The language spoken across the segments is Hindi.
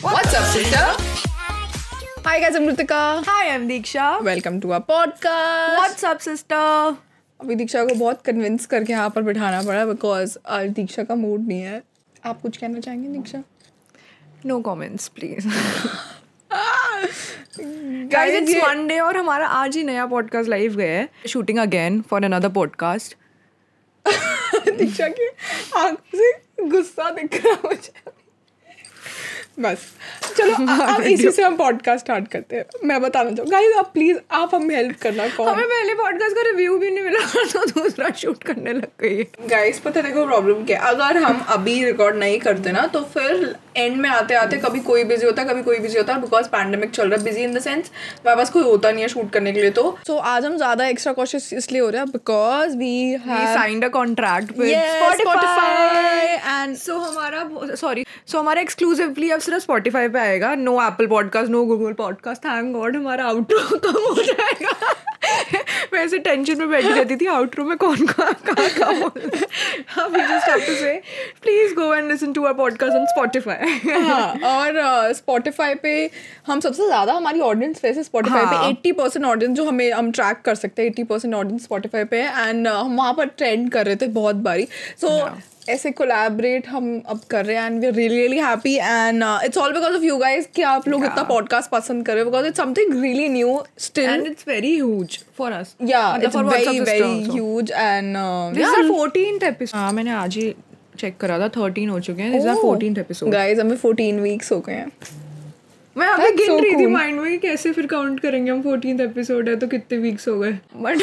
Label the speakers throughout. Speaker 1: What's up, sister? Hi, guys. I'm Ritika.
Speaker 2: Hi, I'm Diksha.
Speaker 1: Welcome to our podcast.
Speaker 2: What's up, sister?
Speaker 1: अभी दीक्षा को बहुत कन्विंस करके यहाँ पर बिठाना पड़ा बिकॉज आज दीक्षा का मूड नहीं है आप कुछ कहना चाहेंगे दीक्षा
Speaker 2: No comments, please. Guys,
Speaker 1: Guys,
Speaker 2: it's
Speaker 1: ये-
Speaker 2: Monday और हमारा आज ही नया podcast live गया है. Shooting again for another podcast.
Speaker 1: Oh. दीक्षा की आंख से गुस्सा दिख रहा मुझे बस चलो आ- अब इसी से हम पॉडकास्ट स्टार्ट करते हैं मैं बताना चाहूँ गाइस आप प्लीज आप हमें हेल्प करना कॉल
Speaker 2: हमें पहले podcast का review भी नहीं मिला तो दूसरा shoot करने लग गई है.
Speaker 1: गाइस पता देखो प्रॉब्लम क्या है? अगर हम अभी रिकॉर्ड नहीं करते ना तो फिर एंड में आते आते कभी कोई बिजी होता है कभी कोई बिजी होता है बिकॉज पैंडेमिक चल रहा है बिजी इन द सेंस हमारे पास कोई होता नहीं है शूट करने के लिए तो सो so, आज हम ज्यादा एक्स्ट्रा कॉशियस इसलिए हो रहे हैं because we
Speaker 2: We signed a contract with
Speaker 1: हाँ। Yes, Spotify
Speaker 2: and so हमारा sorry so हमारा exclusively अब सिर्फ Spotify पे आएगा no Apple podcast no Google podcast thank God हमारा outro कम हो जाएगा मैं ऐसे टेंशन में बैठी रहती थी आउटरो में कौन कहाँ कहाँ कहाँ बोल रहा है। हाँ, अब just have to say please go and listen to our podcast on Spotify
Speaker 1: हाँ, और स्पॉटिफाई पे हम सबसे ज्यादा हमारी ऑडियंस वैसे स्पॉटिफाई
Speaker 2: हाँ।
Speaker 1: पे 80 परसेंट ऑडियंस जो हमें हम ट्रैक कर सकते हैं 80 परसेंट ऑडियंस स्पॉटिफाई पे है एंड हम वहाँ पर ट्रेंड कर रहे थे बहुत बारी सो ऐसे कोलैबोरेट हम अब कर रहे हैं and we are really really happy and it's all because of you guys कि आप लोग इतना पॉडकास्ट पसंद कर रहे हो because it's something really new
Speaker 2: and
Speaker 1: still
Speaker 2: it's very huge for us
Speaker 1: yeah it's very very huge and
Speaker 2: this are 14th episode हाँ मैंने आज ही चेक करा था 13 हो चुके हैं this are 14th episode
Speaker 1: guys oh, हमें 14 वीक्स हो गए हैं
Speaker 2: मैं अभी
Speaker 1: That's
Speaker 2: गिन
Speaker 1: so
Speaker 2: रही थी
Speaker 1: cool.
Speaker 2: माइंड में कि कैसे फिर काउंट करेंगे हम 14th एपिसोड है तो कितने वीक्स हो गए बट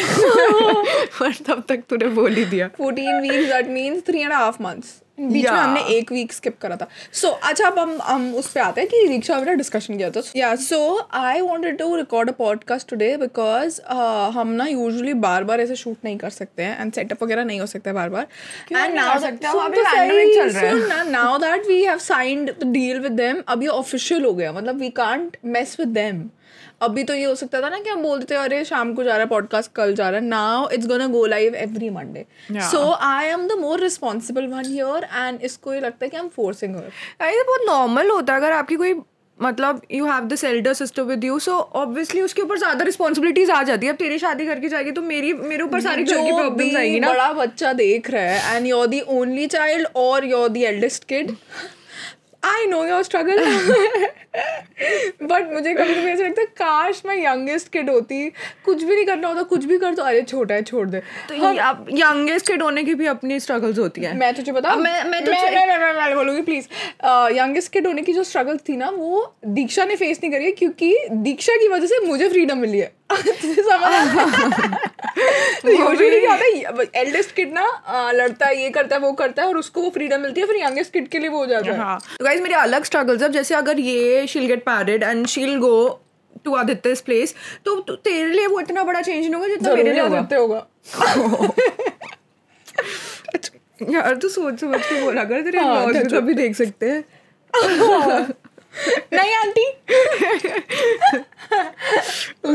Speaker 2: बट तब तक तूने बोल ही दिया
Speaker 1: 14 weeks that means three and half months बीच में
Speaker 2: Yeah.
Speaker 1: हमने एक वीक स्किप करा था सो so, अच्छा अब हम हम उस पे आते हैं कि रिक्शा मेरा डिस्कशन किया था या so I wanted to record a podcast today because uh, हम ना यूजुअली बार बार ऐसे शूट नहीं कर सकते हैं एंड सेटअप वगैरह नहीं हो सकता है बार बार
Speaker 2: नहीं कर सकते?
Speaker 1: सुन
Speaker 2: अभी
Speaker 1: तो
Speaker 2: pandemic
Speaker 1: सही,
Speaker 2: चल रहा है।
Speaker 1: सुन ना now that we have signed the deal with them अब ये ऑफिशियल हो गया मतलब we can't mess with them अभी तो ये हो सकता था ना कि हम बोलते थे अरे शाम को जा रहा है पॉडकास्ट कल जा रहा है now it's gonna go live every Monday
Speaker 2: Yeah.
Speaker 1: So I am the more responsible one here and इसको ये लगता है कि आई एम फोर्सिंग हर
Speaker 2: अरे ये बहुत नॉर्मल होता है अगर आपकी कोई मतलब you have this elder sister with you so obviously उसके ऊपर ज्यादा रिस्पॉन्सिबिलिटीज आ जाती है अब तेरी शादी करके जाएगी तो मेरी मेरे ऊपर सारी घर की
Speaker 1: जो
Speaker 2: प्रॉब्लम्स आएगी
Speaker 1: भी
Speaker 2: ना
Speaker 1: बड़ा बच्चा देख रहा है and you're the only child और you're the eldest kid I know your struggle but मुझे कभी कभी ऐसा लगता है काश मैं यंगेस्ट किड होती कुछ भी नहीं करना होता कुछ भी कर दो अरे छोटा है छोड़ दे
Speaker 2: तो ये आप यंगेस्ट किड होने की भी अपनी स्ट्रगल्स होती है
Speaker 1: मैं तुझे बताऊं
Speaker 2: अब मैं- मैं तो तुझे-
Speaker 1: मैं, मैं, मैं, मैं, मैं बोलूंगी प्लीज यंगेस्ट किड होने की जो स्ट्रगल थी ना वो दीक्षा ने फेस नहीं करी है क्योंकि दीक्षा की वजह से मुझे फ्रीडम मिली है तुझे समझ यूजुअली तो क्या होता है एल्डेस्ट किड ना अ, लड़ता है ये करता है वो करता है और उसको वो फ्रीडम मिलती है फिर यंगेस्ट किड के लिए वो हो जाता है
Speaker 2: हाँ तो गाइज मेरे अलग स्ट्रगल्स अब जैसे अगर ये she'll get married and she'll go to Aditya's place तो तो तेरे लिए वो इतना बड़ा चेंज नहीं होगा जितना मेरे लिए
Speaker 1: जरूर
Speaker 2: होगा
Speaker 1: होते होगा
Speaker 2: यार तो सोच समझ के बोला कर तेरे
Speaker 1: हाँ,
Speaker 2: लॉज
Speaker 1: that's
Speaker 2: भी कभी देख सकते हैं
Speaker 1: नहीं आंटी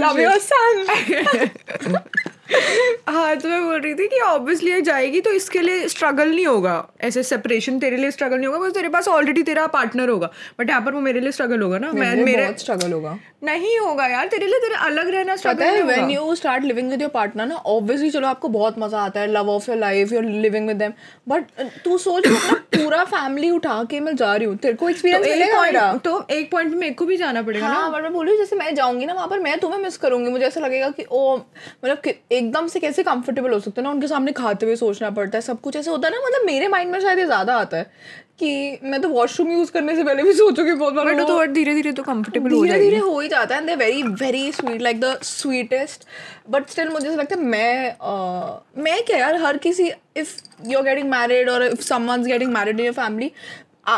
Speaker 1: लव योर सन
Speaker 2: हाँ तो मैं बोल रही थी कि ऑब्वियसली जाएगी तो इसके लिए स्ट्रगल नहीं होगा ऐसे सेपरेशन तेरे लिए स्ट्रगल नहीं होगा बस तेरे पास ऑलरेडी तेरा पार्टनर होगा बट यहाँ पर वो मेरे लिए स्ट्रगल होगा ना मैं मेरे
Speaker 1: बहुत स्ट्रगल होगा
Speaker 2: नहीं होगा यार तेरे लिए तेरे अलग रहना
Speaker 1: पता
Speaker 2: स्ट्रगल
Speaker 1: है
Speaker 2: नहीं होगा
Speaker 1: when you start living with your partner ना ऑब्वियसली चलो आपको बहुत मजा आता है love of your life you living with them but uh, तू सोच मैं अपना पूरा फैमिली उठा के मैं जा रही हूँ तेरे को
Speaker 2: तो
Speaker 1: एक्सपीरियंस
Speaker 2: एक
Speaker 1: मिलेगा मेरा
Speaker 2: पॉइंट तो एक पॉइंट मेरे को भी जाना पड़ेगा ना
Speaker 1: हाँ बट मैं बोलू जैसे मैं जाऊंगी ना वहां पर मैं तुम्हें मिस करूंगी मुझे ऐसा लगेगा कि ओ मतलब कि एकदम से कैसे कंफर्टेबल हो सकते हैं ना उनके सामने खाते हुए सोचना पड़ता है सब कुछ ऐसे होता है ना मतलब मेरे माइंड में शायद ये ज्यादा आता है कि मैं तो वॉशरूम यूज करने से पहले भी सोचूंगी बहुत बार
Speaker 2: बट
Speaker 1: वो-
Speaker 2: तो और धीरे धीरे तो कंफर्टेबल हो
Speaker 1: धीरे
Speaker 2: जाएगी
Speaker 1: धीरे हो ही जाता है and they very very sweet like the sweetest but still मुझे ऐसा लगता है मैं अ, मैं क्या यार हर किसी if you are getting married और if someone's getting married in your family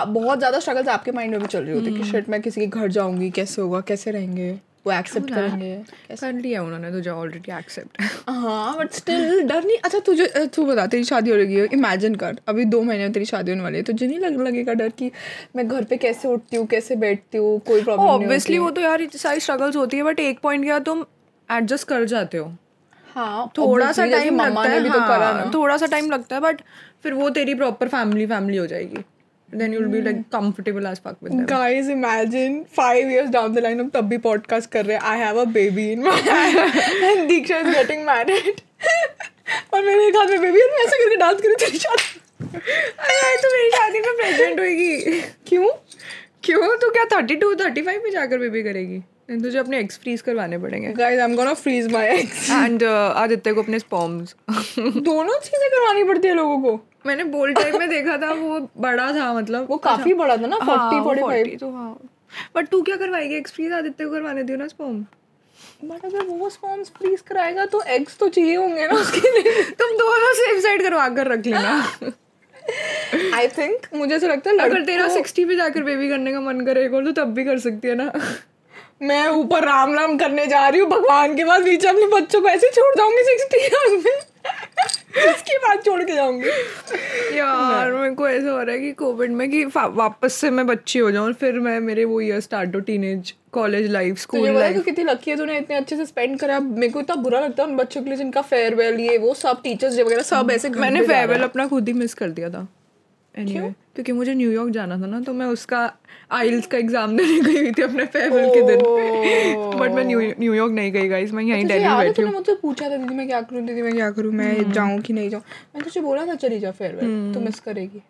Speaker 1: बहुत ज्यादा स्ट्रगल्स आपके माइंड में भी चल रही होती है कि
Speaker 2: हम्म।
Speaker 1: शिट मैं किसी के घर जाऊंगी कैसे होगा कैसे रहेंगे वो एक्सेप्ट करेंगे
Speaker 2: कर लिया उन्होंने तो तुझे ऑलरेडी एक्सेप्ट
Speaker 1: हाँ बट स्टिल डर नहीं अच्छा तुझे अ, तू बता तेरी शादी हो रही है इमेजिन कर अभी दो महीने में तेरी शादी होने वाली है तुझे नहीं लग लगेगा डर कि मैं घर पे कैसे उठती हूँ कैसे बैठती हूँ कोई प्रॉब्लम
Speaker 2: ऑब्वियसली वो तो यार इतनी सारी स्ट्रगल्स होती है बट एक पॉइंट क्या तुम एडजस्ट कर जाते हो
Speaker 1: हाँ
Speaker 2: थोड़ा सा
Speaker 1: obviously, जैसे
Speaker 2: टाइम
Speaker 1: मम्मा
Speaker 2: लगता
Speaker 1: ने
Speaker 2: है
Speaker 1: भी तो करा
Speaker 2: हाँ,
Speaker 1: ना
Speaker 2: थोड़ा सा टाइम लगता है बट फिर वो तेरी प्रॉपर फैमिली फैमिली हो जाएगी then you'll be
Speaker 1: Hmm.
Speaker 2: Like comfortable as fuck with them
Speaker 1: guys imagine five years down the line हम तब भी podcast कर रहे हैं i have a baby in my hand and Diksha is getting married और मेरे एक हाथ में बेबी और मैं ऐसे करके डांस करूँ तेरी शादी
Speaker 2: अरे भाई, तो मेरी शादी में प्रेग्नेंट होगी
Speaker 1: क्यों
Speaker 2: क्यों तू क्या 32 35 में जाकर बेबी करेगी Then तुझे अपने एक्स फ्रीज करवाने पड़ेंगे
Speaker 1: guys i'm gonna freeze my eggs
Speaker 2: and uh, Aditya को अपने स्पॉम्स
Speaker 1: दोनों चीजें करवानी पड़ती है लोगों को
Speaker 2: मैंने बोल टाइम में देखा था वो बड़ा था मतलब
Speaker 1: वो काफी बड़ा था ना
Speaker 2: हाँ,
Speaker 1: फोर्टी
Speaker 2: वो
Speaker 1: फोर्टी फाइव
Speaker 2: 40 तो हाँ बट तू क्या करवाएगी एक्स फ्रीज आदित्य को करवाने दियो ना स्पॉम
Speaker 1: बट अगर वो स्पॉन्स फ्रीज कराएगा तो एग्स तो चाहिए होंगे ना उसके लिए
Speaker 2: तुम दोनों सेफ साइड करवा कर रख लेना
Speaker 1: आई थिंक मुझे ऐसा लगता है
Speaker 2: अगर
Speaker 1: लड़के
Speaker 2: तेरा 60 पे जाकर बेबी करने का मन करे एक और तो तब भी कर सकती है ना
Speaker 1: मैं ऊपर राम राम करने जा रही हूँ भगवान के बाद बीच में अपने बच्चों को ऐसे ही छोड़ जाऊंगी सिक्सटी ईयर्स में इसके बाद छोड़ के जाऊंगी तो
Speaker 2: यार मेरे को ऐसा हो रहा है कि कोविड में कि फा- वापस से मैं बच्ची हो जाऊं फिर मैं मेरे वो ईयर स्टार्ट हो टीनेज कॉलेज
Speaker 1: तो
Speaker 2: लाइफ स्कूल
Speaker 1: तुझे पता है
Speaker 2: लाइफ
Speaker 1: तू कितनी लकी है तूने इतने अच्छे से स्पेंड करा मेरे को इतना बुरा लगता है उन बच्चों के लिए जिनका फेयरवेल ये वो सब टीचर्स डे वगैरह सब ऐसे घर
Speaker 2: मैंने
Speaker 1: पे जा रहे
Speaker 2: फेयरवेल अपना खुद ही मिस कर दिया था एनीवे anyway, क्योंकि मुझे न्यूयॉर्क जाना था ना तो मैं उसका आइल्स का एग्जाम देने गई हुई थी अपने फेयरवेल के दिन बट मैं न्यू- न्यूयॉर्क Oh. नहीं गई गाइस मैं यहीं
Speaker 1: हैं। तुझे याद है तो
Speaker 2: दिल्ली बैठी Hmm.
Speaker 1: तूने मुझसे पूछा था दीदी मैं क्या करूँ दीदी मैं क्या करूँ मैं जाऊँ कि नहीं जाऊँ मैंने तुझे बोला था चली जा फेयरवेल तो मिस करेगी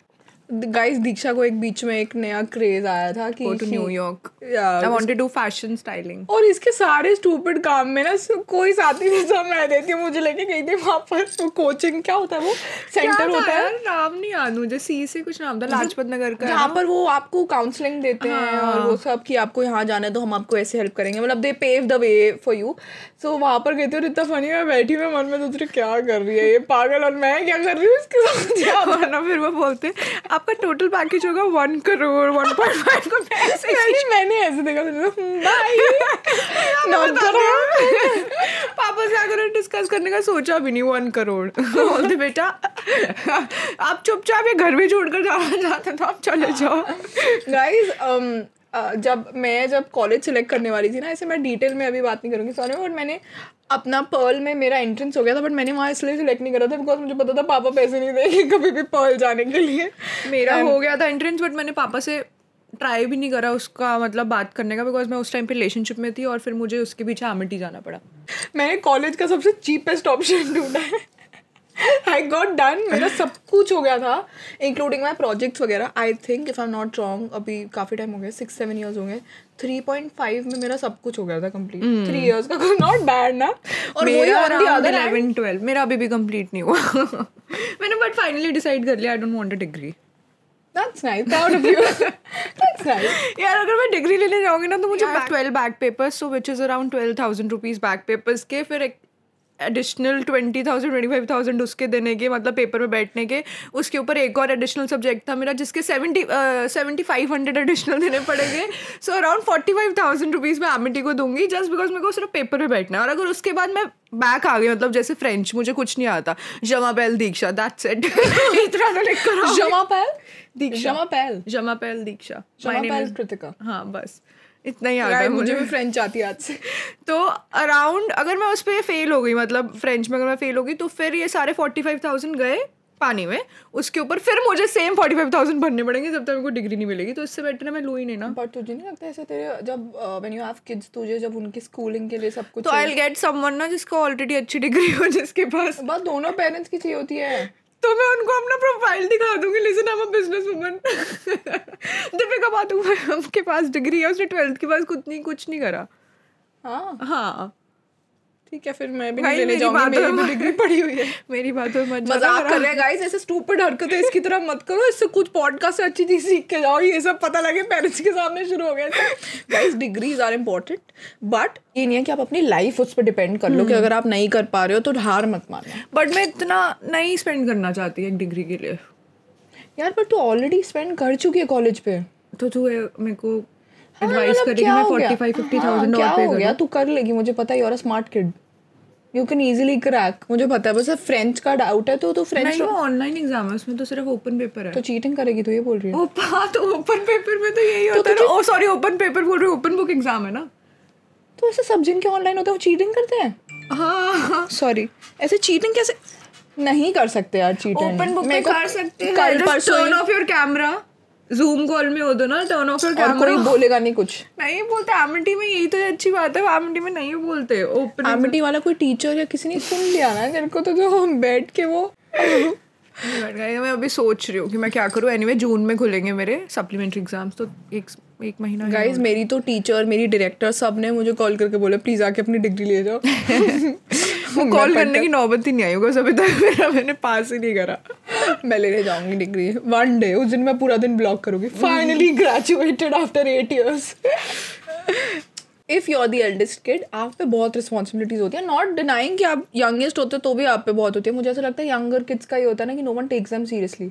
Speaker 1: गाइस दीक्षा को एक बीच में एक नया क्रेज आया था
Speaker 2: हूँ टू
Speaker 1: कि
Speaker 2: New York
Speaker 1: Yeah,
Speaker 2: I wanted to fashion styling
Speaker 1: और इसके सारे स्टूपिड काम में ना सु- कोई साथी नहीं सब मैं देती हूँ मुझे लेके गई थी वहाँ पर वो कोचिंग क्या होता है वो सेंटर होता है
Speaker 2: नाम नहीं याद मुझे सी से कुछ नाम था लाजपत नगर का है हाँ।
Speaker 1: जहाँ पर वो आपको काउंसलिंग देते हैं और वो सब कि आपको यहाँ जाना है तो हम आपको ऐसे हेल्प करेंगे मतलब they pave the way for you so वहाँ पर गई थी और इतना फनी मैं बैठी हुई मन में सोच रही क्या कर रही है ये पागल और मैं क्या कर रही हूँ इसके साथ
Speaker 2: क्या वरना फिर वो बोलते हैं, आपका टोटल पैकेज होगा one crore one point five को पैसे
Speaker 1: मैंने- मैंने "हम्म, ऐसे देखा बाय
Speaker 2: Not करोड़। पापा से आकर डिस्कस करने का सोचा भी नहीं वन करोड़ बोलते बेटा आप चुपचाप ये घर में छोड़कर जाना चाहते हैं, तो आप चले जाओ
Speaker 1: गाइस um, uh, जब मैं जब कॉलेज सेलेक्ट करने वाली थी ना ऐसे मैं डिटेल में अभी बात नहीं करूँगी सॉरी बट मैंने अपना पर्ल में मेरा एंट्रेंस हो गया था बट मैंने वहाँ इसलिए सिलेक्ट नहीं करा था बिकॉज मुझे पता था पापा पैसे नहीं देंगे कभी भी पर्ल जाने के लिए
Speaker 2: मेरा हो गया था एंट्रेंस बट मैंने पापा से ट्राई भी नहीं करा उसका मतलब बात करने का बिकॉज मैं उस टाइम पे रिलेशनशिप में थी और फिर मुझे उसके पीछे आमिटी जाना पड़ा
Speaker 1: मैंने कॉलेज का सबसे चीपेस्ट ऑप्शन ढूंढा है आई गॉट डन मेरा सब कुछ हो गया था इंक्लूडिंग माई प्रोजेक्ट्स वगैरह I think if I am not wrong अभी काफ़ी टाइम हो गया सिक्स सेवन ईयर्स हो गए थ्री पॉइंट फाइव में मेरा सब कुछ हो गया था कंप्लीट थ्री ईयर्स का नॉट बैड ना और वही
Speaker 2: Hmm. मेरा
Speaker 1: ऑन दी
Speaker 2: around
Speaker 1: अदर
Speaker 2: 11 12 मेरा अभी भी कंप्लीट नहीं हुआ मैंने बट फाइनली डिसाइड कर लिया I don't want a degree
Speaker 1: That's nice. Proud of you. That's nice.
Speaker 2: यार अगर मैं डिग्री लेने जाऊंगी ना तो मुझे twelve back papers so which is around twelve thousand rupees back papers के फिर एक additional twenty thousand twenty five thousand उसके देने के मतलब पेपर में बैठने के उसके ऊपर एक और एडिशनल सब्जेक्ट था मेरा जिसके seventy seventy five hundred additional देने पड़ेंगे so around forty five thousand rupees मैं एमिटी को दूंगी जस्ट बिकॉज मेरे को सिर्फ पेपर में बैठना है और अगर उसके बाद मैं बैक आ गई मतलब जैसे फ्रेंच मुझे कुछ नहीं आता जमा बैल दीक्षा दैट्स इट इतना तो लिख कर आओ।
Speaker 1: Jama Pal.
Speaker 2: दीक्षा
Speaker 1: Jama Pal.
Speaker 2: जमा पहल दीक्षा My
Speaker 1: Jama
Speaker 2: name
Speaker 1: Pal
Speaker 2: is-
Speaker 1: Kritika.
Speaker 2: हाँ बस इतना ही आता है
Speaker 1: यार मुझे
Speaker 2: मुझे
Speaker 1: भी फ्रेंच आती है आज से
Speaker 2: तो अराउंड अगर मैं उस पर फेल हो गई मतलब फ्रेंच में अगर मैं फेल हो गई तो फिर ये सारे फोर्टी फाइव थाउजेंड गए पानी में उसके ऊपर फिर मुझे सेम फोर्टी फाइव थाउजेंड भरने पड़ेंगे जब तक मेरे को डिग्री नहीं मिलेगी तो इससे बेटर है मैं लू ही नहीं ना
Speaker 1: बट तुझे नहीं लगता ऐसे तेरे जब व्हेन यू हैव किड्स तुझे जब उनकी स्कूलिंग के लिए सब कुछ
Speaker 2: तो आई विल गेट समवन ना जिसको ऑलरेडी अच्छी डिग्री हो जिसके पास
Speaker 1: बस दोनों पेरेंट्स की चाहिए होती है
Speaker 2: तो मैं उनको अपना प्रोफाइल दिखा दूंगी listen I am business woman Deepika Padukone के पास डिग्री है उसने ट्वेल्थ के पास कुछ नहीं कुछ नहीं करा
Speaker 1: हाँ
Speaker 2: हाँ
Speaker 1: ठीक है फिर मैं भी नहीं
Speaker 2: भाई,
Speaker 1: लेने
Speaker 2: मेरी बात
Speaker 1: जाऊंगी मेरी
Speaker 2: तो-
Speaker 1: भी डिग्री पड़ी हुई है
Speaker 2: मेरी बात और मत जाना,
Speaker 1: मजाक कर रहे हैं गाइस ऐसे स्टूपिड हरकतें इसकी तरह मत करो इससे कुछ पॉडकास्ट से अच्छी चीज सीख के जाओ ये सब पता लगे पेरेंट्स के सामने शुरू हो गए guys degrees are important but ये नहीं है कि आप अपनी लाइफ उस पर डिपेंड कर लो कि अगर आप नहीं कर पा रहे हो तो हार मत मानो
Speaker 2: बट मैं इतना नहीं स्पेंड करना चाहती एक डिग्री के लिए
Speaker 1: यार बट तू ऑलरेडी स्पेंड कर चुकी है कॉलेज पे
Speaker 2: तो तू ये मेरे को
Speaker 1: हाँ,
Speaker 2: एडवाइस
Speaker 1: मतलब
Speaker 2: करेगी
Speaker 1: क्या
Speaker 2: मैं
Speaker 1: हो गया?
Speaker 2: फोर्टी फाइव फिफ्टी
Speaker 1: हाँ,
Speaker 2: थाउजेंड
Speaker 1: क्या
Speaker 2: और पे
Speaker 1: हो गया तू कर लेगी मुझे पता है you are smart kid you can easily crack मुझे पता है बस फ्रेंच का डाउट है तो तो फ्रेंच
Speaker 2: नहीं वो ऑनलाइन एग्जाम है उसमें तो सिर्फ ओपन पेपर
Speaker 1: तो
Speaker 2: है
Speaker 1: चीटिंग करेगी तो ये बोल रही है
Speaker 2: ओ हाँ तो ओपन पेपर में तो यही होता है ना ओ सॉरी ओपन पेपर बोल रहे ओपन बुक एग्जाम है ना
Speaker 1: तो ऐसे सब जिनके ऑनलाइन होते हैं वो चीटिंग करते हैं
Speaker 2: हाँ
Speaker 1: सॉरी ऐसे चीटिंग कैसे नहीं कर सकते यार चीटिंग
Speaker 2: ओपन बुक में कर सकते हैं
Speaker 1: कल
Speaker 2: जस्ट
Speaker 1: परसों
Speaker 2: टर्न
Speaker 1: ही-
Speaker 2: off your camera zoom call में हो दो ना टर्न ऑफ योर
Speaker 1: और कोई
Speaker 2: कैमरा
Speaker 1: बोलेगा नहीं कुछ
Speaker 2: नहीं बोलते आमिटी में यही तो अच्छी बात है आमिटी में नहीं बोलते ओपन
Speaker 1: एमिटी वाला कोई टीचर या किसी ने सुन लिया ना तेरे को तो जो हम बैठ के वो
Speaker 2: मैं अभी सोच रही हूँ कि मैं क्या करूँ एनीवे anyway, जून में खुलेंगे मेरे सप्लीमेंट्री एग्जाम्स तो एक एक महीना ही
Speaker 1: गाइज मेरी तो टीचर मेरी डायरेक्टर सब ने मुझे कॉल करके बोला प्लीज आके अपनी डिग्री ले जाओ
Speaker 2: वो कॉल करने की नौबत ही नहीं आई होगा अभी तक मेरा मैंने पास ही नहीं करा
Speaker 1: मैं लेने जाऊंगी डिग्री वन डे उस दिन मैं पूरा दिन ब्लॉक करूंगी
Speaker 2: Hmm.
Speaker 1: Finally graduated after eight years if you are the eldest kid आप पे बहुत रिस्पॉन्सिबिलिटीज होती है नॉट डिनाइंग कि आप यंगेस्ट होते तो भी आप पे बहुत होती है मुझे ऐसा लगता है यंगर किड्स का ये होता है ना कि no one takes them seriously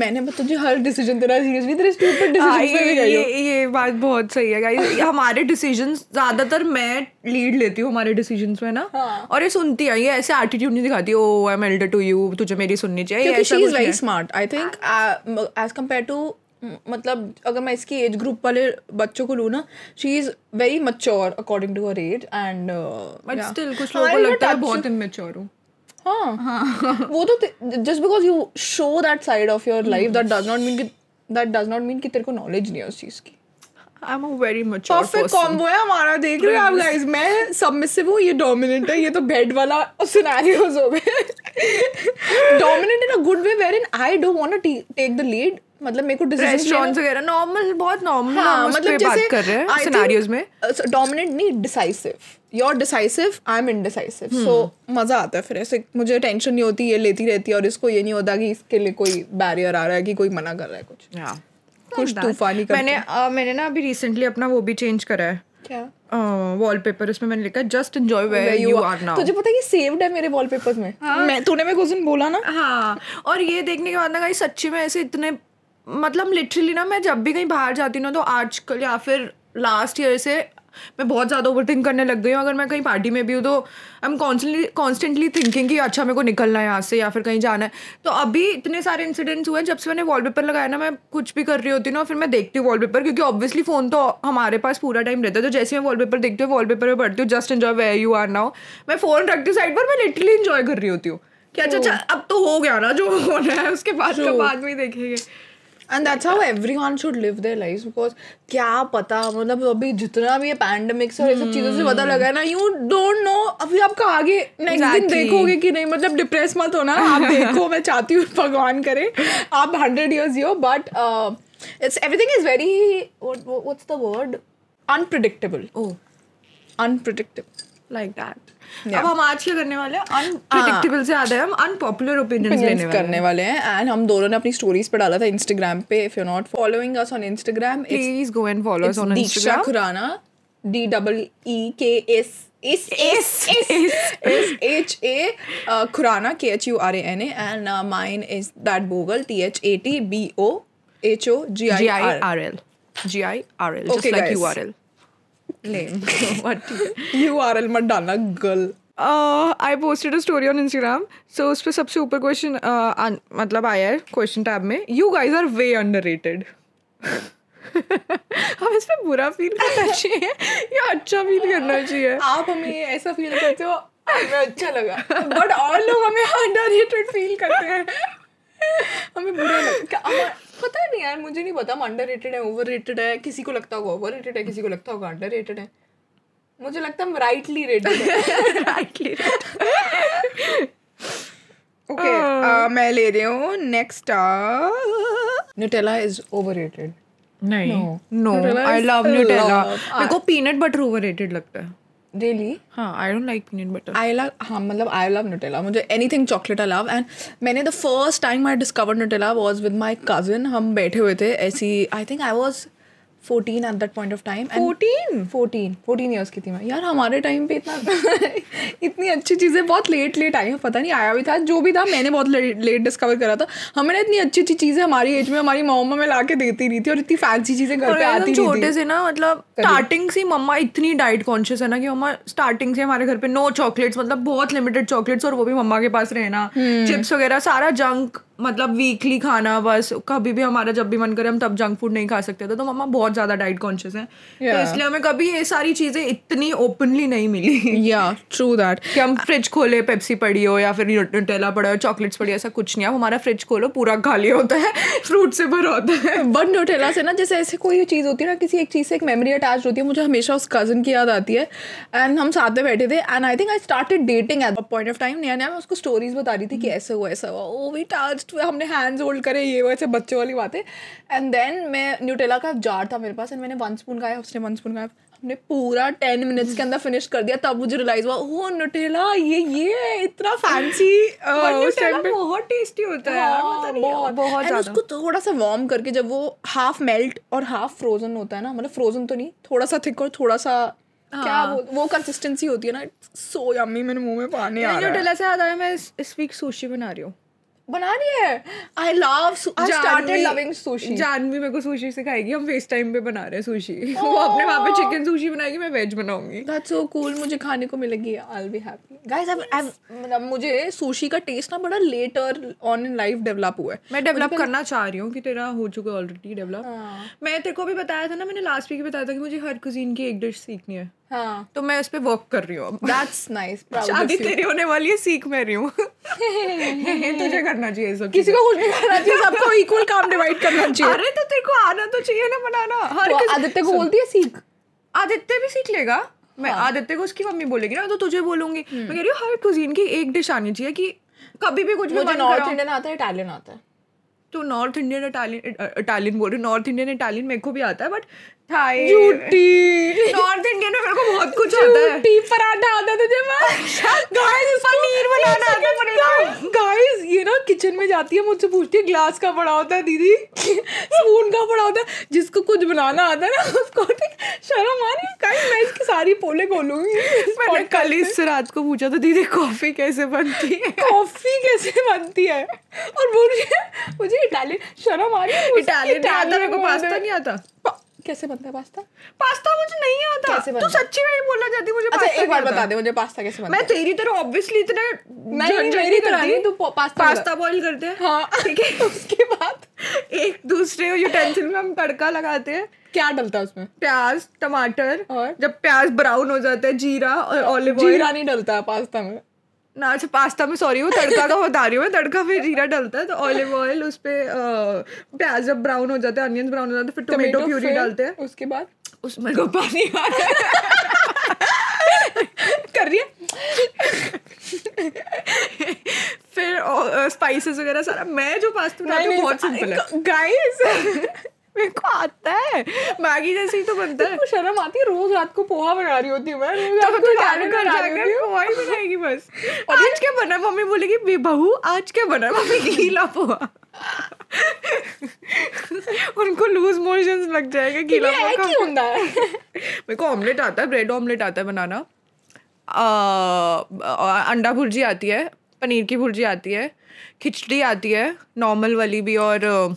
Speaker 1: मैंने मैं तुझे हर डिसीजन तेरा सीरियसली तेरे स्टूपिड
Speaker 2: हाँ,
Speaker 1: डिसीजन पे भी
Speaker 2: ये
Speaker 1: गई हूँ।
Speaker 2: ये- ये बात बहुत सही है गाइस हमारे डिसीजन ज्यादातर मैं लीड लेती हूँ हमारे डिसीजन में ना
Speaker 1: हाँ।
Speaker 2: और ये सुनती है ये ऐसे एटीट्यूड नहीं दिखाती "Oh, oh I am elder to you तुझे मेरी सुननी चाहिए
Speaker 1: क्योंकि
Speaker 2: ऐसा
Speaker 1: शी इज
Speaker 2: कुछ
Speaker 1: वेरी
Speaker 2: नहीं।
Speaker 1: Smart I think as compared to मतलब अगर मैं इसकी एज ग्रुप वाले बच्चों को लूँ ना she is very mature according to her age and
Speaker 2: But still, कुछ लोगों को लगता है बहुत इमेच्योर हूँ
Speaker 1: हाँ वो तो just because you show that side of your life that does not mean कि दैट डज नॉट मीन कि तेरे को नॉलेज नहीं है उस चीज़ की
Speaker 2: I am a very mature
Speaker 1: perfect combo है हमारा देख रहे हो आप गाइस मैं सबमिसिव हूँ ये डोमिनेंट है ये तो बेड वाला सिनेरियोज हो गए dominant in a good way where in I don't want to take the lead मतलब मेरे को डिसीजन
Speaker 2: रेस्टोरेंट्स वगैरह नॉर्मल बहुत नॉर्मल
Speaker 1: हाँ
Speaker 2: मतलब
Speaker 1: मतलब
Speaker 2: बात कर रहे हैं सिनेरियोज में
Speaker 1: डोमिनेंट uh, नहीं decisive your decisive I am indecisive so
Speaker 2: Hmm.
Speaker 1: मजा आता है फिर ऐसे मुझे टेंशन नहीं होती ये लेती रहती है और इसको ये नहीं होता कि इसके लिए कोई बैरियर आ रहा है कि कोई मना कर रहा है कुछ कुछ तूफानी करके।
Speaker 2: मैंने अ, मैंने ना अभी रिसेंटली अपना वो भी चेंज करा है
Speaker 1: क्या
Speaker 2: वॉलपेपर उसमें मैंने लिखा just enjoy where
Speaker 1: Where
Speaker 2: you
Speaker 1: you
Speaker 2: are
Speaker 1: are. तो हाँ।
Speaker 2: नाउ
Speaker 1: तुझे पता है ये सेव्ड है मेरे वॉलपेपर्स में मैं तूने मेरे को उस दिन बोला ना
Speaker 2: हाँ और ये देखने के बाद ना कहीं सच्ची में ऐसे इतने मतलब लिटरली ना मैं जब भी कहीं बाहर जाती हूँ ना तो आजकल या फिर लास्ट ईयर से मैं बहुत ज़्यादा ओवर थिंक करने लग गई हूँ अगर मैं कहीं पार्टी में भी हूँ तो I am constantly constantly thinking कि अच्छा मेरे को निकलना है यहाँ से या फिर कहीं जाना है तो अभी इतने सारे इंसिडेंट्स हुए हैं जब से मैंने वॉलपेपर लगाया ना मैं कुछ भी कर रही होती हूँ ना फिर मैं देखती हूँ वॉलपेपर क्योंकि ऑब्वियसली फ़ोन तो हमारे पास पूरा टाइम रहता है तो जैसे मैं वॉलपेपर देखती हूँ वॉलपेपर में पढ़ती हूँ just enjoy where you are now मैं फ़ोन रखती हूँ साइड पर मैं लिटरली इन्जॉय कर रही होती हूँ कि अच्छा अच्छा अब तो हो गया ना जो होना है उसके बाद का बाद में ही देखेंगे
Speaker 1: and that's how everyone should live their life because क्या पता मतलब अभी जितना भी ये पैंडमिक्स और ये सब चीजों से पता लगा है ना यू डोंट नो अभी आपका आगे नेक्स्ट दिन
Speaker 2: Exactly.
Speaker 1: देखोगे कि नहीं मतलब डिप्रेस मत होना आप देखो मैं चाहती हूँ भगवान करे आप हंड्रेड ईयर्स हो but it's everything is very what's the word unpredictable
Speaker 2: oh
Speaker 1: unpredictable
Speaker 2: like that अब हम आज क्या करने वाले हैं अनप्रेडिक्टेबल से आते हैं हम अनपॉपुलर ओपिनियंस लेने
Speaker 1: Ah. opinions
Speaker 2: वाले हैं
Speaker 1: करने वाले हैं एंड हम दोनों ने अपनी स्टोरीज पे डाला था इंस्टाग्राम पे if you not following us on Instagram
Speaker 2: please go and follow us on
Speaker 1: Diksha
Speaker 2: Instagram
Speaker 1: Khurana D double E K S S
Speaker 2: S- S-
Speaker 1: S H A Khurana K H U R A N A and mine is that boho girl T H A T B O H O G
Speaker 2: G
Speaker 1: I
Speaker 2: I
Speaker 1: R
Speaker 2: R L G I R L just
Speaker 1: Okay,
Speaker 2: like
Speaker 1: guys.
Speaker 2: You R L lame what
Speaker 1: U R L मत डालना girl
Speaker 2: I posted a story on Instagram so उस पर सबसे ऊपर क्वेश्चन मतलब आया है क्वेश्चन टैब में you guys are way under rated अब इस पर बुरा फील करना चाहिए या अच्छा फील करना चाहिए
Speaker 1: आप हमें ऐसा फील करते हो हमें अच्छा लगा बट और लोग हमें अंडररेटेड फील करते हैं हमें बुरा लगता हमा- पता नहीं यार मुझे नहीं पता हम अंडररेटेड है ओवररेटेड है किसी को लगता होगा ओवररेटेड है किसी को लगता होगा अंडररेटेड है मुझे लगता है हम राइटली रेटेड है
Speaker 2: राइटली
Speaker 1: ओके uh, मैं ले रही हूँ uh, next Nutella is overrated
Speaker 2: नहीं no
Speaker 1: Nutella
Speaker 2: I
Speaker 1: is
Speaker 2: love
Speaker 1: a
Speaker 2: Nutella
Speaker 1: lot.
Speaker 2: मेरे को पीनट बटर ओवररेटेड लगता है
Speaker 1: रियली
Speaker 2: हाँ I don't like peanut butter
Speaker 1: I love हाँ मतलब आई लव नटेला मुझे anything chocolate I love and मैंने the first time I discover Nutella was with my cousin हम बैठे हुए थे ऐसी I think I was fourteen at that point of time
Speaker 2: 14?
Speaker 1: Fourteen fourteen years की थी मैं यार हमारे टाइम पे इतना इतनी अच्छी चीज़ें बहुत लेट लेट आई हैं पता नहीं आया भी था जो भी था मैंने बहुत लेट डिस्कवर करा था हमें ना इतनी अच्छी अच्छी चीज़ें हमारी एज में हमारी मम्मा में ला के देती नहीं थी और इतनी फैंसी चीज़ें घर
Speaker 2: और
Speaker 1: पे
Speaker 2: यार
Speaker 1: आती
Speaker 2: हम
Speaker 1: नहीं
Speaker 2: छोटे
Speaker 1: थी
Speaker 2: से ना मतलब स्टार्टिंग से ही मम्मा इतनी डाइट कॉन्शियस है ना कि मम्मा स्टार्टिंग से हमारे घर
Speaker 1: हम्म।
Speaker 2: पे नो चॉकलेट्स मतलब बहुत लिमिटेड चॉकलेट्स और वो भी मम्मा के पास रहना चिप्स वगैरह सारा जंक मतलब वीकली खाना बस कभी भी हमारा जब भी मन करे हम तब जंक फूड नहीं खा सकते थे तो मम्मा बहुत ज़्यादा डाइट कॉन्शियस हैं तो
Speaker 1: Yeah.
Speaker 2: इसलिए हमें कभी ये सारी चीज़ें इतनी ओपनली नहीं मिली
Speaker 1: या ट्रू दैट
Speaker 2: कि हम फ्रिज खोले पेप्सी पड़ी हो या फिर न्यूटेला पड़ा हो चॉकलेट्स पड़ी हो, ऐसा कुछ नहीं है अब हमारा फ्रिज खोलो पूरा खाली होता है फ्रूट से भरा होता है
Speaker 1: बट न्यूटेला से ना जैसे ऐसे कोई चीज़ होती है ना किसी एक चीज़ से एक मेमोरी अटैच होती है मुझे हमेशा उस कज़न की याद आती है एंड हम साथ में बैठे थे and I think I started dating at point of time नया नया मैं उसको स्टोरीज बता रही थी कि ऐसे हुआ ऐसा हुआ ओ वी टच हमने हैंड्स होल्ड करे ये वो ऐसे बच्चों वाली बातें एंड देन मैं न्यूटेला का जार था मेरे पास एंड मैंने वन स्पून खाया उसने वन स्पून खाया हमने पूरा टेन मिनट्स के अंदर फिनिश कर दिया तब मुझे रियलाइज हुआ ओह न्यूटेला ये ये है, इतना फैंसी
Speaker 2: But
Speaker 1: उस
Speaker 2: Nutella
Speaker 1: टाइम पे
Speaker 2: बहुत टेस्टी होता है यार, पता
Speaker 1: हाँ,
Speaker 2: नहीं,
Speaker 1: बहुत
Speaker 2: बहुत
Speaker 1: and
Speaker 2: ज्यादा
Speaker 1: उसको थोड़ा सा वार्म करके जब वो हाफ मेल्ट और हाफ फ्रोजन होता है ना मतलब फ्रोजन तो नहीं थोड़ा सा थिक और थोड़ा सा क्या
Speaker 2: हाँ।
Speaker 1: वो, वो कंसिस्टेंसी होती है ना सो यम्मी मेरे मुंह में पानी आ
Speaker 2: मैंने
Speaker 1: रहा है
Speaker 2: न्यूटेला से याद आया मैं इस, इस वीक सुशी बना रही हूँ
Speaker 1: बना रही है I love I
Speaker 2: Janvi-
Speaker 1: started loving sushi
Speaker 2: Janvi मेरे को सुशी सिखाएगी हम फेस टाइम पे बना रहे हैं सुशी वो अपने वहाँ पे चिकन सुशी बनाएगी मैं वेज बनाऊंगी
Speaker 1: दैट्स सो कूल मुझे खाने को मिलेगी आई बी हैप्पी गाइस मतलब मुझे सुशी का टेस्ट ना बड़ा later on in life develop हुआ है
Speaker 2: मैं डेवलप करना चाह रही हूँ कि तेरा हो चुका ऑलरेडी डेवलप मैं तेरे को भी बताया था ना मैंने लास्ट वीक बताया था कि मुझे हर कुजीन की एक डिश सीखनी है
Speaker 1: हाँ
Speaker 2: तो मैं उस पर वर्क कर रही हूँ अब
Speaker 1: दैट्स नाइस
Speaker 2: शादी तेरी होने वाली है सीख मैं रही हूँ तुझे करना चाहिए ये सब
Speaker 1: किसी को कुछ नहीं करना चाहिए सबको इक्वल काम डिवाइड करना
Speaker 2: चीजें।
Speaker 1: चाहिए
Speaker 2: अरे तो तेरे को आना तो चाहिए ना बनाना हर
Speaker 1: तो
Speaker 2: किसी-
Speaker 1: आदित्य को बोलती है सीख
Speaker 2: आदित्य भी सीख लेगा मैं आदित्य को उसकी मम्मी बोलेगी ना तो तुझे बोलूंगी मैं कह रही हूँ हर कुजीन की एक डिश आनी चाहिए कि कभी भी कुछ भी
Speaker 1: मुझे
Speaker 2: मन
Speaker 1: नॉर्थ
Speaker 2: करा
Speaker 1: इंडियन आता है इटालियन आता है
Speaker 2: तो नॉर्थ इंडियन इटालियन इटालियन बोल रही नॉर्थ इंडियन इटालियन मेरे को भी आता है बट थाई
Speaker 1: झूठी
Speaker 2: नॉर्थ इंडियन में मेरे को बहुत कुछ आता है अच्छा।
Speaker 1: पराठा आता है तुझे गाइस पनीर
Speaker 2: बनाना आता है,
Speaker 1: गाइस ये ना किचन में जाती है मुझसे पूछती है ग्लास का बड़ा होता है दीदी स्पून का बड़ा होता है जिसको कुछ बनाना आता है ना उसको ठीक शर्म आ रही है गाइस मैं इसकी सारी पोले
Speaker 2: मैंने
Speaker 1: खोलूंगी
Speaker 2: कल इससे रात को पूछा था दीदी कॉफी कैसे बनती है
Speaker 1: कॉफी कैसे बनती है और बोल रही है मुझे इटालियन शर्म आ रही है मुझे
Speaker 2: इटालियन नहीं आता
Speaker 1: Italian
Speaker 2: मेरे को
Speaker 1: बोलना
Speaker 2: पास्ता
Speaker 1: है।
Speaker 2: नहीं आता अच्छा,
Speaker 1: पा- कैसे बनता है पास्ता
Speaker 2: पास्ता मुझे नहीं आता
Speaker 1: कैसे
Speaker 2: तो
Speaker 1: बनता है?
Speaker 2: सच्ची में ही बोलना चाहती हूँ, मुझे
Speaker 1: अच्छा
Speaker 2: पास्ता
Speaker 1: एक बार
Speaker 2: नहीं आता।
Speaker 1: बता दे मुझे पास्ता कैसे बनता
Speaker 2: मैं तो
Speaker 1: है
Speaker 2: तेरी तरह ऑब्वियसली इतने
Speaker 1: नहीं,
Speaker 2: झंझट
Speaker 1: मेरी
Speaker 2: नहीं
Speaker 1: तरह
Speaker 2: करती।
Speaker 1: नहीं, तू पा- पास्ता
Speaker 2: पास्ता बॉईल करते हैं
Speaker 1: हाँ ठीक है उसके बाद
Speaker 2: एक दूसरे यूटेंसिल में हम तड़का लगाते हैं
Speaker 1: क्या डलता है उसमें
Speaker 2: प्याज टमाटर
Speaker 1: और?
Speaker 2: जब प्याज ब्राउन हो जाता है जीरा और ऑलिव ऑयल
Speaker 1: जीरा नहीं डलता है पास्ता में
Speaker 2: ना अच्छा पास्ता में सॉरी वो तड़का का बता रही हूँ मैं तड़का में जीरा डलता है तो ऑलिव ऑयल उस पे अ, प्याज जब ब्राउन हो जाते हैं अनियन ब्राउन हो जाते हैं फिर टोमेटो प्यूरी
Speaker 1: फिर
Speaker 2: डालते हैं
Speaker 1: उसके बाद
Speaker 2: उसमें तो को पानी आ रहा है
Speaker 1: कर रही है
Speaker 2: फिर स्पाइसेस वगैरह सारा मैं जो पास्ता बनाती हूँ तो बहुत सिंपल है
Speaker 1: गाइस
Speaker 2: मेरे को आता है मैगी जैसे ही तो बनता है
Speaker 1: शर्म आती है रोज रात को पोहा बना रही होती हूँ मैं रोज
Speaker 2: तो
Speaker 1: रात को
Speaker 2: तू
Speaker 1: इटालियन बना
Speaker 2: जाकर
Speaker 1: रही होती
Speaker 2: जाकर पोहा ही बनाएगी बस आज क्या बना है? मम्मी बोलेगी "बे बहू आज क्या बना है?" मम्मी गीला पोहा उनको लूज मोशंस लग जाएगा
Speaker 1: हूँ।
Speaker 2: गीला
Speaker 1: ये है
Speaker 2: पोहा
Speaker 1: क्यों होता है
Speaker 2: मेरे को ऑमलेट आता है ब्रेड ऑमलेट आता है बनाना अ, अ, अंडा भुर्जी आती है पनीर की भुर्जी आती है खिचड़ी आती है नॉर्मल वाली भी और अ,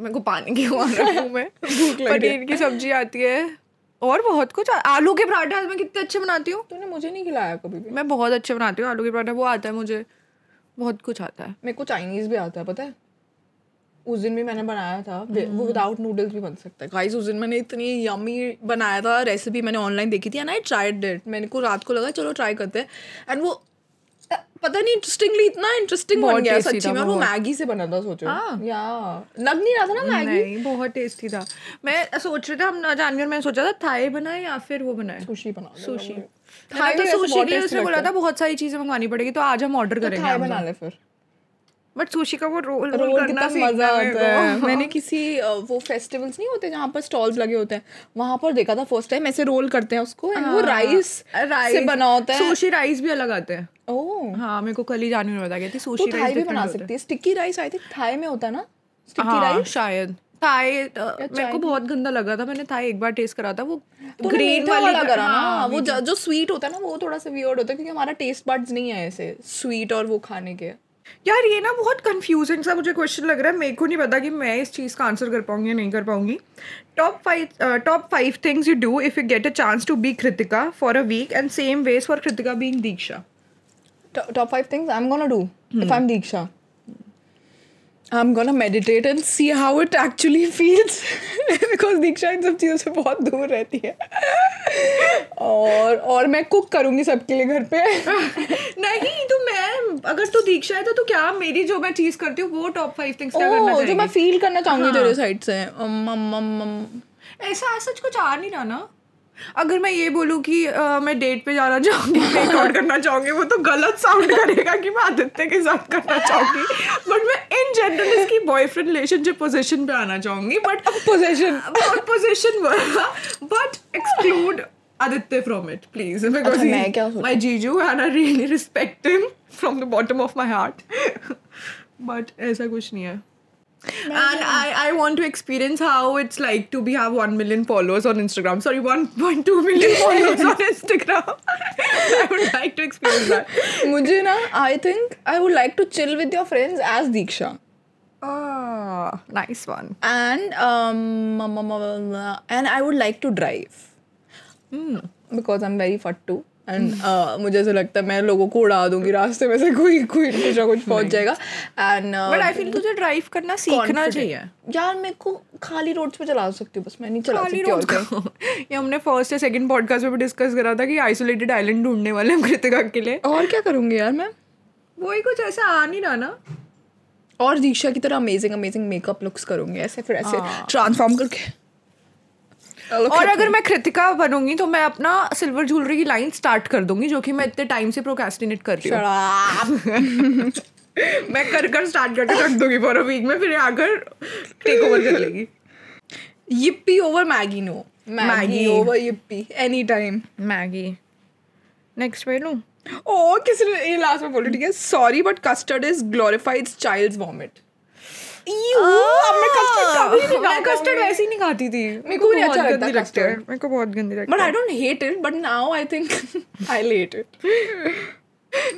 Speaker 2: मेरे को पानी की हुआ हूँ मैं
Speaker 1: भूख लग रही है।
Speaker 2: पनीर की सब्जी आती है और बहुत कुछ आ- आलू के पराठे आज मैं कितने अच्छे बनाती हूँ
Speaker 1: तूने मुझे नहीं खिलाया कभी भी
Speaker 2: मैं बहुत अच्छे बनाती हूँ आलू के पराठा वो आता है मुझे बहुत कुछ आता है
Speaker 1: मेरे को चाइनीज भी आता है पता है उस दिन भी मैंने बनाया था वे- वो
Speaker 2: हम्म।
Speaker 1: विदाउट नूडल्स भी बन सकता है गाइस उस दिन मैंने इतनी यमी बनाया था रेसिपी मैंने ऑनलाइन देखी थी एंड आई ट्राइड इट मैंने को रात को लगा चलो ट्राई करते हैं एंड वो अ, पता नहीं इंटरेस्टिंगली इतना इंटरेस्टिंग
Speaker 2: बहुत
Speaker 1: बन गया
Speaker 2: tasty
Speaker 1: सच्ची
Speaker 2: था,
Speaker 1: में और वो
Speaker 2: बहुत।
Speaker 1: मैगी से बना था सोचो
Speaker 2: हाँ।
Speaker 1: या लग नहीं रहा था ना मैगी
Speaker 2: नहीं बहुत टेस्टी था मैं सोच रही थी हम जानवी और मैंने सोचा था थाई बनाए या फिर वो बनाए
Speaker 1: सुशी बना लो
Speaker 2: सुशी
Speaker 1: लोगों ने।
Speaker 2: हाँ
Speaker 1: Thai
Speaker 2: तो
Speaker 1: भी वैसे
Speaker 2: सुशी
Speaker 1: बहुत
Speaker 2: के लिए
Speaker 1: tasty
Speaker 2: उसने बोला
Speaker 1: लगता
Speaker 2: था बहुत सारी चीजें मंगवानी पड़ेगी तो आज हम ऑर्डर
Speaker 1: है। तो
Speaker 2: करेंगे
Speaker 1: थाई बना ले फिर
Speaker 2: बट सुशी का वो रोल
Speaker 1: रोल
Speaker 2: करना
Speaker 1: कितना
Speaker 2: सीखना
Speaker 1: मजा आता
Speaker 2: मेरे
Speaker 1: है
Speaker 2: को।
Speaker 1: मैंने किसी अ, वो फेस्टिवल्स नहीं होते जहाँ पर स्टॉल्स लगे होते हैं वहां पर देखा था फर्स्ट टाइम ऐसे रोल करते हैं उसको एंड वो राइस से
Speaker 2: राइस-
Speaker 1: बना होता है
Speaker 2: हाँ। सुशी राइस भी अलग आते हैं
Speaker 1: ओह
Speaker 2: हाँ मेरे को कल ही जानवी ने बताया गया थी
Speaker 1: तो
Speaker 2: सुशी
Speaker 1: थाई
Speaker 2: राइस
Speaker 1: भी बना सकती है sticky rice I think Thai में होता है ना स्टिकी
Speaker 2: हाँ
Speaker 1: राइस
Speaker 2: शायद थाई अ, मेरे को
Speaker 1: चाइनीज?
Speaker 2: बहुत गंदा लगा था मैंने थाई एक बार टेस्ट करा था वो
Speaker 1: ग्रीन तो वाला
Speaker 2: ग-
Speaker 1: करा
Speaker 2: हाँ,
Speaker 1: ना वो ज- जो स्वीट होता है ना वो थोड़ा सा वियर्ड होता है क्योंकि हमारा टेस्ट बड्स नहीं है ऐसे स्वीट और वो खाने के
Speaker 2: यार ये ना बहुत कंफ्यूजिंग सा मुझे क्वेश्चन लग रहा है मेरे को नहीं पता कि मैं इस चीज़ का आंसर कर पाऊंगी या नहीं कर पाऊंगी uh, top five top five things you do if you get a chance to be Kritika for a week and same ways for Kritika being Diksha
Speaker 1: top five things I am gonna do if I am Diksha I'm gonna meditate and see how it actually feels because Diksha इन सब चीज़ों से बहुत दूर रहती है और और मैं कुक करूँगी सबके लिए घर पे
Speaker 2: नहीं तो मैं अगर तू दीक्षा है तो तू क्या मेरी जो मैं चीज करती हूँ वो टॉप फाइव थिंग्स क्या करना
Speaker 1: ओह Oh, जो मैं
Speaker 2: चाहेगी
Speaker 1: फील करना चाहूंगी
Speaker 2: हाँ।
Speaker 1: तेरे साइड से मम मम मम
Speaker 2: ऐसा सच कुछ आ नहीं रहा ना अगर मैं ये बोलूँ कि अ, मैं डेट पे जाना चाहूंगी मेक आउट करना चाहूंगी वो तो गलत साउंड करेगा कि मैं आदित्य के साथ करना चाहूंगी बट मैं इन जनरल इसकी बॉयफ्रेंड रिलेशनशिप पोजीशन पे आना चाहूंगी but
Speaker 1: possession
Speaker 2: position but exclude Aditya from it please because
Speaker 1: अच्छा, मैं क्या सोचूं?
Speaker 2: माय जीजू and I really respect him from the bottom of my heart but ऐसा कुछ नहीं है And I, I want to experience how it's like to be have 1 million followers on Instagram. Sorry, 1.2 million followers on Instagram. I would like to experience that.
Speaker 1: मुझे ना I think I would like to chill with your friends as Diksha
Speaker 2: Ah, nice one.
Speaker 1: and um um, um, um, uh, and I would like to drive
Speaker 2: Hmm.
Speaker 1: because I'm very fattu and uh, मुझे ऐसा लगता है मैं लोगों को उड़ा दूंगी रास्ते में से कोई कोई कुछ ना कुछ पहुंच जाएगा and uh,
Speaker 2: But I feel तुझे drive करना सीखना
Speaker 1: confident-
Speaker 2: चाहिए.
Speaker 1: यार मेरे को खाली रोड्स पे चला सकती हूँ बस मैं नहीं चला
Speaker 2: खाली
Speaker 1: सकती और
Speaker 2: रोज को ये हमने फर्स्ट या सेकंड पॉडकास्ट में भी डिस्कस करा था कि आइसोलेटेड आइलैंड ढूंढने वाले हम कृतिका के लिए
Speaker 1: कहीं। और क्या करूंगी यार मैं
Speaker 2: वही कुछ ऐसा आ नहीं रहा ना
Speaker 1: और दीक्षा की तरह अमेजिंग अमेजिंग मेकअप लुक्स करूंगी ऐसे फिर ऐसे ट्रांसफॉर्म करके
Speaker 2: हाँ। और अगर मैं कृतिका बनूंगी तो मैं अपना सिल्वर ज्वेलरी की लाइन स्टार्ट कर दूंगी जो कि मैं इतने टाइम से प्रोकेस्टिनेट कर रही हूँ मैं कर कर स्टार्ट करके रख दूंगी फॉर अ वीक में फिर ये आकर टेक ओवर कर लेगी
Speaker 1: Yippee over Maggie, no. Maggie,
Speaker 2: Maggie.
Speaker 1: over Yippee, anytime.
Speaker 2: Maggi next पे लूँ
Speaker 1: Oh, किसी ने ये लास्ट में बोलो ठीक है sorry but custard is glorified child's vomit अब मैं custard कभी नहीं
Speaker 2: Ah. मैं
Speaker 1: खाता
Speaker 2: कस्टर्ड
Speaker 1: हूँ।
Speaker 2: वैसे ही नहीं खाती थी मेरे
Speaker 1: को भी नहीं
Speaker 2: बहुत
Speaker 1: अच्छा
Speaker 2: गंदी
Speaker 1: लगता
Speaker 2: लगती है।
Speaker 1: custard।
Speaker 2: मेरे को बहुत गंदी लगती
Speaker 1: but I don't hate it but now I think I let it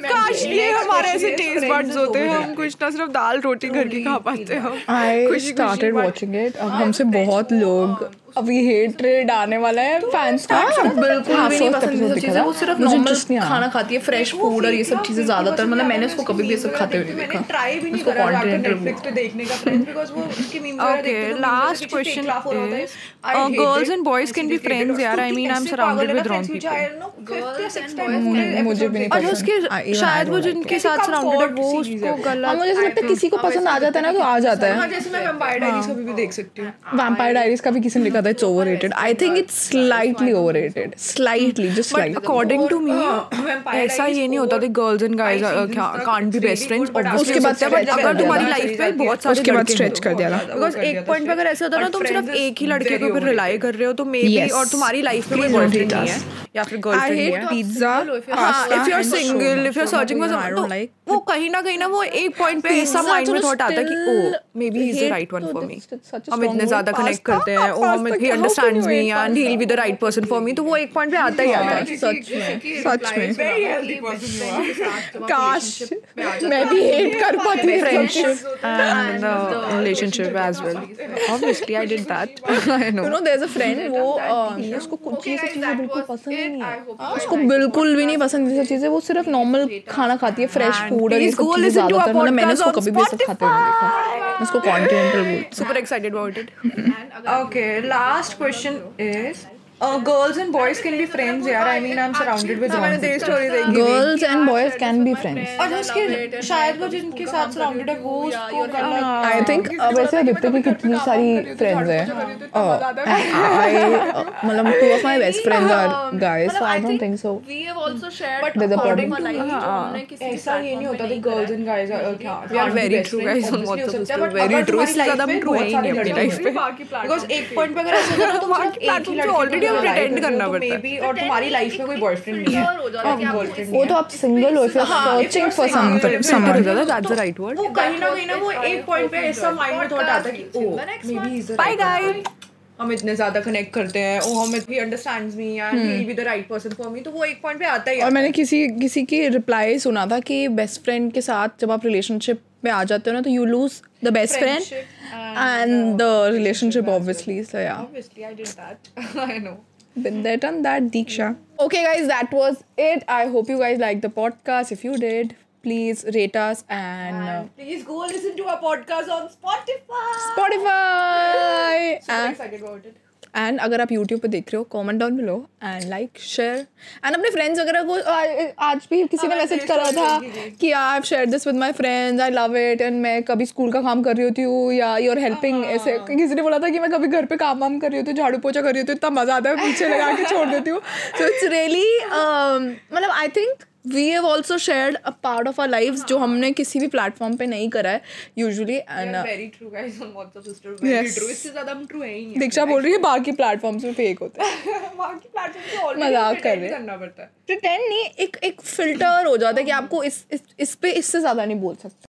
Speaker 2: काश ये हमारे ऐसे टेस्ट बड्स होते हैं हम
Speaker 1: हमको
Speaker 2: कुछ ना सिर्फ दाल रोटी घर की खा पाते हैं हम
Speaker 1: आई
Speaker 2: खुशी-खुशी
Speaker 1: स्टार्टेड
Speaker 2: बात-
Speaker 1: वाचिंग इट अब हमसे बहुत लोग अभी हेटरेड आने वाला है हाँ, फैंस का
Speaker 3: बिल्कुल भी नहीं पसंद ये सब चीज़ें वो सिर्फ नॉर्मल
Speaker 1: खाना
Speaker 3: खाना खाती है फ्रेश फूड और ये सब चीज़ें ज़्यादातर मतलब मैंने उसको कभी भी ये सब खाते हुए नहीं देखा
Speaker 2: ट्राई भी नहीं
Speaker 3: उसको
Speaker 2: करा जाकर
Speaker 3: content
Speaker 2: नेटफ्लिक्स पे देखने का फ्रेंड्स बिकॉज़ वो उसकी memes
Speaker 4: Okay, last question is, uh, girls and boys can be friends, यार, I mean, I'm surrounded with wrong people.
Speaker 1: मुझे भी नहीं
Speaker 4: और
Speaker 1: पसंद। I-
Speaker 4: उसके
Speaker 1: even I
Speaker 4: शायद
Speaker 1: don't
Speaker 4: वो
Speaker 1: like
Speaker 4: जिनके
Speaker 2: it.
Speaker 4: साथ
Speaker 2: ऐसे
Speaker 4: सराउंडेड है वो
Speaker 2: comfort
Speaker 4: उसको
Speaker 2: series
Speaker 1: हाँ
Speaker 4: गलत
Speaker 1: मुझे ऐसा लगता है किसी को पसंद आ जाता है ना तो आ जाता है
Speaker 2: हां जैसे मैं वैम्पायर डायरीज कभी भी देख सकती हूँ
Speaker 1: वैम्पायर डायरीज का भी किसी ने लिखा था it's overrated I think it's slightly overrated slightly just
Speaker 4: but
Speaker 1: slightly
Speaker 4: according to me
Speaker 2: uh, Vampire
Speaker 4: ऐसा ये
Speaker 2: Diaries
Speaker 4: नहीं होता कि girls and guys
Speaker 2: five seasons तक
Speaker 4: can't be
Speaker 2: really
Speaker 4: best friends
Speaker 2: good, but
Speaker 4: obviously
Speaker 1: उसके बाद stretch कर दिया
Speaker 4: अगर तुम्हारी
Speaker 1: था।
Speaker 4: लाइफ में बहुत सारे
Speaker 1: उसके बाद
Speaker 4: लड़के
Speaker 1: stretch कर दिया था।
Speaker 4: बिकॉज एक पॉइंट पे अगर ऐसा होता है ना तुम सिर्फ एक ही लड़के के ऊपर रिलाई कर रहे हो तो मे बी
Speaker 1: Yes.
Speaker 4: और तुम्हारी लाइफ में कोई
Speaker 1: Please don't
Speaker 4: बॉयफ्रेंड
Speaker 1: hate
Speaker 4: नहीं है
Speaker 1: us.
Speaker 4: या फिर
Speaker 1: आई
Speaker 4: गर्लफ्रेंड
Speaker 1: हेट
Speaker 4: है
Speaker 1: पिज्जा
Speaker 4: हाँ
Speaker 1: pasta
Speaker 4: if you are
Speaker 1: and
Speaker 4: single
Speaker 1: shawarma.
Speaker 4: If you are searching for
Speaker 1: I don't like-
Speaker 4: तो वो कहीं ना कहीं ना वो एक पॉइंट पे ऐसा
Speaker 1: Pizza
Speaker 4: माइंड में
Speaker 1: चलो
Speaker 4: थॉट आता है कि "Oh, oh
Speaker 1: still
Speaker 4: maybe is the
Speaker 1: hate,
Speaker 4: right one
Speaker 1: तो
Speaker 4: for me
Speaker 1: that's- that's such a
Speaker 4: हम इतने
Speaker 1: strong
Speaker 4: ज्यादा
Speaker 1: word.
Speaker 4: कनेक्ट करते
Speaker 1: Pasta,
Speaker 4: हैं ओ हम
Speaker 1: pasta,
Speaker 4: he
Speaker 1: how can
Speaker 4: understands
Speaker 1: you
Speaker 4: me
Speaker 1: hate
Speaker 4: and he will be the right person for me तो वो एक पॉइंट पे आता ही आता है
Speaker 1: सच में सच में
Speaker 2: वेरी हेल्दी पर्सन
Speaker 1: काश मैं भी हेट कर पाती friendship
Speaker 4: and the relationship as well. Obviously, I did that. I
Speaker 1: you
Speaker 4: know.
Speaker 1: No there is a friend वो uh, अ, उसको कुछ ये सब चीजें बिल्कुल पसंद ही नहीं है हाँ, उसको बिल्कुल भी नहीं पसंद ये सब चीजें वो सिर्फ नॉर्मल खाना खाती है फ्रेश फूड और ये
Speaker 4: please
Speaker 1: सब
Speaker 4: go
Speaker 1: चीजें
Speaker 4: listen to
Speaker 1: ज्यादातर
Speaker 4: our
Speaker 1: मतलब मैंने
Speaker 4: podcast
Speaker 1: उसको
Speaker 4: on
Speaker 1: कभी भी ये सब खाते हुए नहीं देखा मैं उसको कॉन्टिनेंटल बोलती
Speaker 4: Super excited about it.
Speaker 2: Okay, last question is uh, girls and boys can be friends, yeah. I mean, I'm surrounded with मैंने तेरी story देखी
Speaker 1: girls and boys can be friends
Speaker 2: और उसके शायद वो जिनके साथ surrounded है वो उसको
Speaker 1: आई थिंक वैसे आदित्य की कितनी सारी फ्रेंड्स हैं Oh, आई मतलब two of my best friends are guys so I don't think so
Speaker 3: we have also shared
Speaker 1: With the according
Speaker 3: to हमने किसी
Speaker 2: ऐसा ये नहीं होता कि गर्ल्स एंड गाइस आर क्या
Speaker 4: We are very true, guys, on WhatsApp. Very true. इससे ज्यादा हम true ही नहीं अपनी life पे।
Speaker 2: बिकॉज़ एक पॉइंट पे अगर ऐसा होता है ना, तो तुम्हारा
Speaker 4: तुम्हारे
Speaker 2: एक ही
Speaker 4: platform पे
Speaker 2: लड़की तुम्हारी
Speaker 4: already हम
Speaker 2: life में
Speaker 4: pretend करना
Speaker 2: हो, तो
Speaker 4: पड़ता है।
Speaker 2: maybe और तुम्हारी लाइफ में कोई बॉयफ्रेंड नहीं है
Speaker 3: हो जाता है कि
Speaker 2: और
Speaker 3: आपको
Speaker 2: girlfriend
Speaker 1: वो तो आप सिंगल हो इफ यू
Speaker 2: हाँ,
Speaker 1: are searching for something someone
Speaker 4: That's the
Speaker 1: तो
Speaker 4: right word.
Speaker 2: वो कहीं ना कहीं ना वो एक पॉइंट पे ऐसा माइंड में थॉट आता है कि "Oh, oh maybe is
Speaker 4: Bye, guys.
Speaker 2: हम इतने ज्यादा कनेक्ट करते हैं ओ हम he understands me and he will be the right person for me तो वो एक पॉइंट पे आता ही
Speaker 1: और
Speaker 2: है
Speaker 1: मैंने किसी किसी की रिप्लाई सुना था कि बेस्ट फ्रेंड के साथ जब आप रिलेशनशिप में आ जाते हो ना तो you lose the best friend and the relationship obviously so या
Speaker 2: obviously i did that i know
Speaker 1: been there done that diksha okay guys that was it i hope you guys liked the podcast if you did please rate us and, uh,
Speaker 2: And please go listen to our podcast on Spotify.
Speaker 1: Spotify.
Speaker 2: Super
Speaker 1: And,
Speaker 2: excited about it.
Speaker 1: and अगर आप YouTube पे देख रहे हो comment down below and like share and अपने friends वगैरह को आ- आज भी किसी ने
Speaker 2: हाँ,
Speaker 1: मैसेज
Speaker 2: मैंने
Speaker 1: करा
Speaker 2: देखा,
Speaker 1: था
Speaker 2: देखी थी।
Speaker 1: कि I have share this with my friends I love it and मैं कभी स्कूल का काम कर रही होती हूँ या यू आर हेल्पिंग ऐसे किसी ने बोला था कि मैं कभी घर पे काम वाम कर रही होती हूँ झाड़ू पोछा कर रही होती हूँ इतना मजा आता है पीछे लगा के छोड़ देती हूँ सो इट्स रियली मतलब I think we have also shared a part of our life जो हमने किसी भी प्लेटफॉर्म पे नहीं करा है uh, usually
Speaker 2: We
Speaker 1: and
Speaker 2: are very true guys on WhatsApp sister. Very
Speaker 1: Yes.
Speaker 2: true. इससे ज्यादा हम true है ही नहीं.
Speaker 1: दीक्षा बोल रही है बाकी प्लेटफॉर्म्स में फेक होते हैं
Speaker 2: बाकी प्लेटफॉर्म पे already
Speaker 1: मजाक
Speaker 2: pretend
Speaker 1: कर रहे हैं।
Speaker 2: करना पड़ता है.
Speaker 1: प्रिटेंड नहीं एक एक फिल्टर हो जाता है कि आपको इस इस, इस पे इससे ज्यादा नहीं बोल सकते